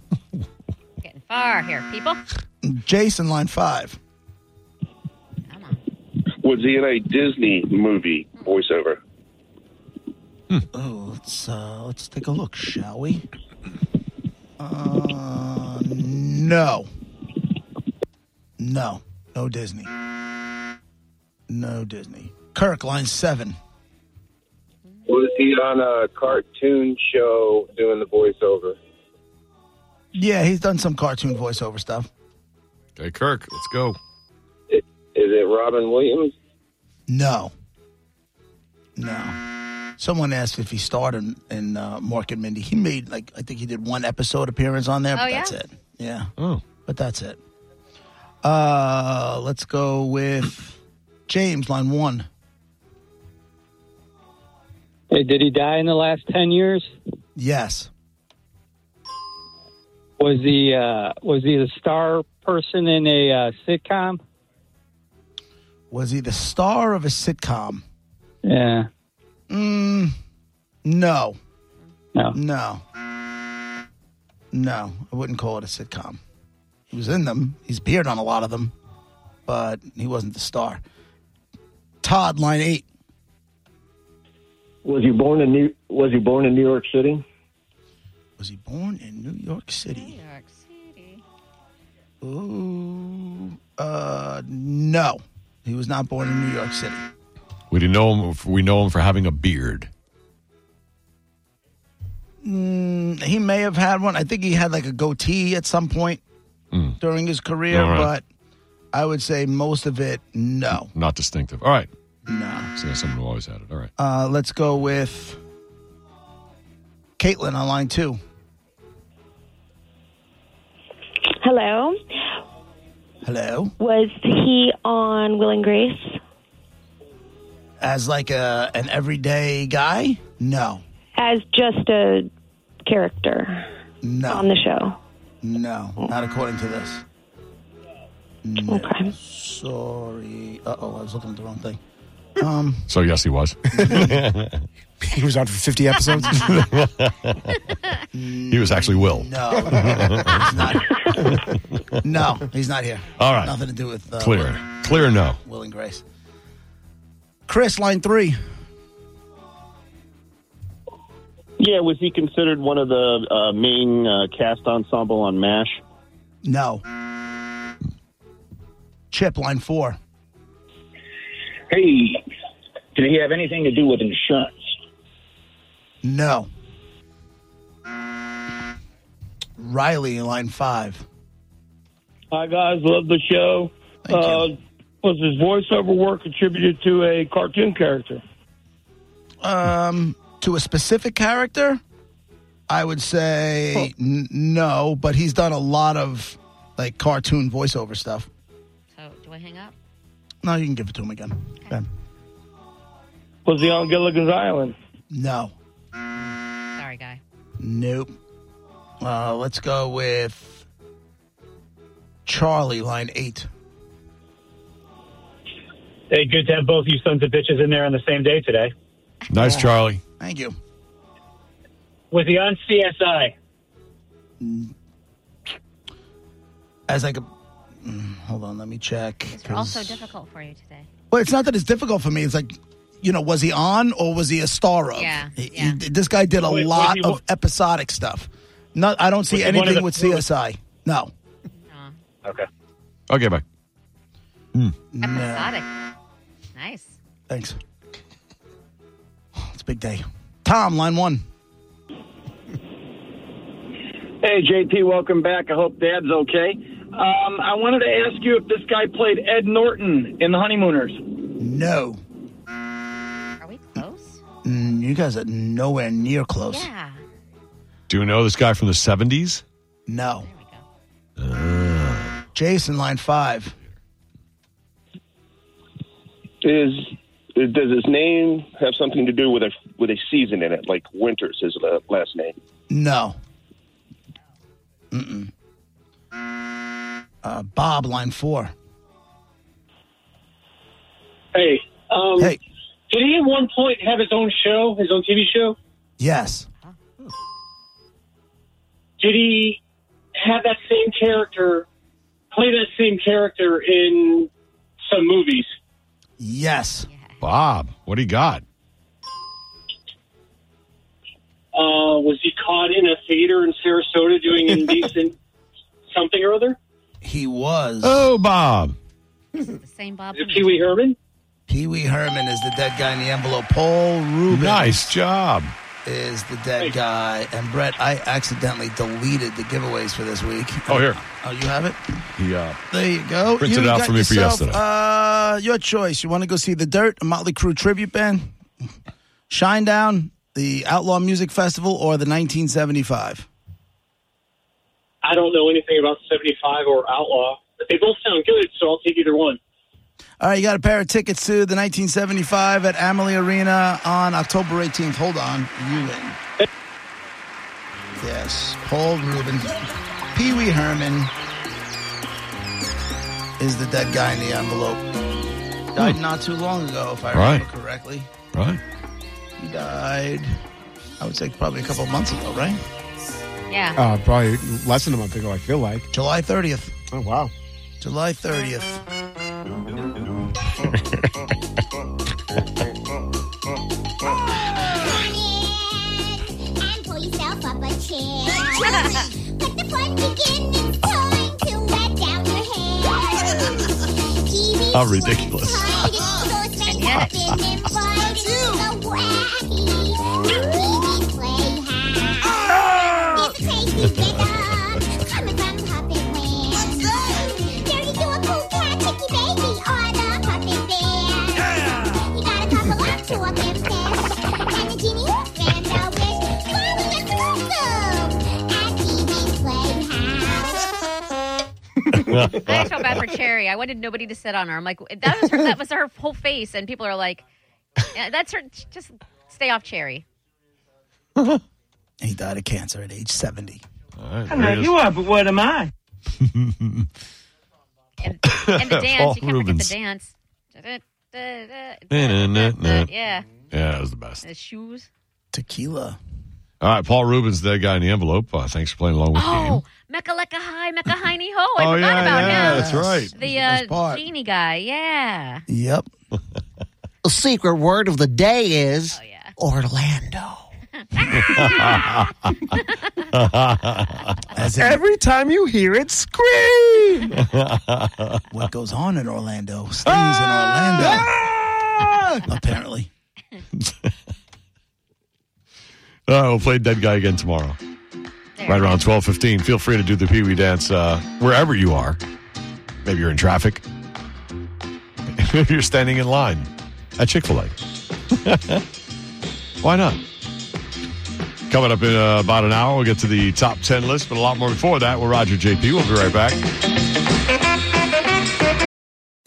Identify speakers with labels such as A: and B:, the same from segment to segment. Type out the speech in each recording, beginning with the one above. A: Getting far here, people.
B: Jason, line five.
A: Come on.
C: Was he in a Disney movie voiceover?
B: Oh, let's uh, let's take a look, shall we? Uh, no. No. No Disney. No Disney. Kirk, line seven.
C: Was he on a cartoon show doing the voiceover?
B: Yeah, he's done some cartoon voiceover stuff.
D: Okay, Kirk, let's go.
C: Is it Robin Williams?
B: No. No. Someone asked if he starred in, in uh, Mark and Mindy. He made, like, I think he did one episode appearance on there, but
A: Oh, yeah?
B: that's it. Yeah.
D: Oh,
B: But that's it. Uh, let's go with James, line one.
E: Hey, did he die in the last 10 years?
B: Yes.
E: Was he uh, was he the star person in a uh, sitcom?
B: Was he the star of a sitcom?
E: Yeah.
B: No.
E: No.
B: No. No. I wouldn't call it a sitcom. He was in them. He's appeared on a lot of them, but he wasn't the star. Todd, line eight.
C: Was he born in New Was he born in New York City?
B: Was he born in New York
A: New
B: City?
A: York City.
B: Ooh. Uh, no. He was not born in New York City.
D: we didn't know him. We know him for having a beard.
B: he may have had one. I think he had like a goatee at some point during his career,
D: Hmm. All right.
B: but I would say most of it, no,
D: Not distinctive. All right.
B: no.
D: So someone who always had it. All right.
B: Uh, let's go with Caitlin on line two.
F: Hello.
B: Hello,
F: Was he on Will and Grace?
B: as like a an everyday guy? No,
F: As just a character
B: no,
F: on the show.
B: no, not according to this.
F: Okay.
B: Sorry. Uh oh, I was looking at the wrong thing.
D: So yes, he was.
G: He was on for 50 episodes.
D: he was actually Will.
B: No, he's not. No, he's not here.
D: All right.
B: nothing to do with uh,
D: Clear. Clear. No.
B: Will and Grace. Chris, line three.
C: Yeah, was he considered one of the uh, main uh, cast ensemble on MASH?
B: No. Chip, line four.
H: Hey, did he have anything to do with insurance?
B: No. Riley, line five.
H: Hi, guys. Love the show. Uh,
B: Thank you.
H: Was his voiceover work attributed to a cartoon character?
B: Um, to a specific character, I would say n- no, but he's done a lot of like cartoon voiceover stuff.
A: So, do I hang up?
B: No, you can give it to him again. Ben.
H: Was he on Gilligan's Island?
B: No.
A: Sorry, guy.
B: Nope. Uh, let's go with Charlie, line eight.
I: Hey, good to have both you sons of bitches in there on the same day today.
D: Nice, Charlie.
B: Thank you.
I: Was he on CSI?
B: As I could. Mm, Hold on, let me check.
A: These are all so difficult for you today.
B: Well, it's not that it's difficult for me. It's like, you know, was he on or was he a star of?
A: Yeah,
B: He- he-
A: yeah.
B: this guy did a
A: Wait, was
B: lot
A: he
B: of
A: one-
B: episodic stuff. Not, I don't see
I: Was he one of
B: anything
I: the-
B: with CSI. No.
I: Okay.
D: Okay, bye.
B: No.
A: Exotic. Nice.
B: Thanks. It's a big day. Tom, line one.
J: Hey, JP, welcome back. I hope Dad's okay. Um, I wanted to ask you if this guy played Ed Norton in The Honeymooners.
B: No.
A: Are we close?
B: Mm, you guys are nowhere near close.
A: Yeah.
D: Do you know this guy from the 70s?
B: No. Jason, line five.
K: Is does his name have something to do with a with a season in it? Like Winters is the last name.
B: No. Mm-mm. Uh, Bob, line four.
H: Hey, um, hey. Did he at one point have his own show, his own TV show?
B: Yes.
H: Did he have that same character, play that same character in some movies?
B: Yes.
D: Bob, what do you got?
H: Uh, was he caught in a theater in Sarasota doing indecent something or other?
B: He was.
D: Oh, Bob.
A: The same Bob.
H: Pee Wee Herman?
B: Pee Wee Herman is the dead guy in the envelope. Paul Rubin.
D: Nice job.
B: Is the dead guy. And Brett, I accidentally deleted the giveaways for this week.
D: Oh, here.
B: Oh, you have it?
D: Yeah.
B: There you go.
D: Printed
B: you
D: it out
B: got
D: for me for
B: yourself,
D: yesterday.
B: Uh, your choice. You want to go see The Dirt, a Motley Crue tribute band, Shine Down, the Outlaw Music Festival, or the 1975?
H: I don't know anything about 75 or Outlaw, but they both sound good, so I'll take either one.
B: All right, you got a pair of tickets to the 1975 at Amalie Arena on October 18th. Hold on, you win. Yes, Paul Rubin, Pee Wee Herman is the dead guy in the envelope. Died not too long ago, if I remember
D: Hmm. Right.
B: correctly.
D: Right.
B: He died, I would say, probably a couple of months ago, right?
A: Yeah.
G: Uh, probably less than a month ago, I feel like.
B: July 30th.
G: Oh, wow.
B: July 30th.
L: And pull yourself up a chair. Let the fun begin. It's time to let down your hair. TV
D: How ridiculous.
A: I feel bad for Cherry. I wanted nobody to sit on her. I'm like, that was her, that was her whole face, and people are like, "Yeah, that's her. Just stay off Cherry.
B: He died of cancer at age 70.
D: I know you
H: are, but what am I?
A: And the
D: Paul
A: dance, you can't
D: Rubens.
A: forget the dance. Da-da-da-da.
D: Na-na-na-na.
A: Yeah,
D: Yeah, that was the best.
A: the shoes.
B: Tequila.
D: All right, Paul Rubens, that guy in the envelope. Uh, thanks for playing along with me.
A: Oh, Mecca Lecca High, Mecca Heiny Ho. I
D: Oh,
A: forgot
D: yeah,
A: about
D: yeah,
A: him.
D: that's right.
A: The uh, genie guy. Yeah.
B: Yep.
M: The secret word of the day is
A: Oh,
D: Oh,
M: Orlando.
G: Every time you hear it, scream.
B: what goes on in Orlando stays
G: Ah!
B: in Orlando. Apparently.
D: All right, Uh, we'll play Dead Guy again tomorrow. Right around 12.15. Feel free to do the Pee-wee dance uh, wherever you are. Maybe you're in traffic. Maybe you're standing in line at Chick-fil-A. Why not? Coming up in uh, about an hour, we'll get to the top 10 list, but a lot more before that. We're Roger JP. We'll be right back.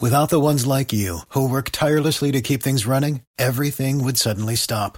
B: Without the ones like you, who work tirelessly to keep things running, everything would suddenly stop.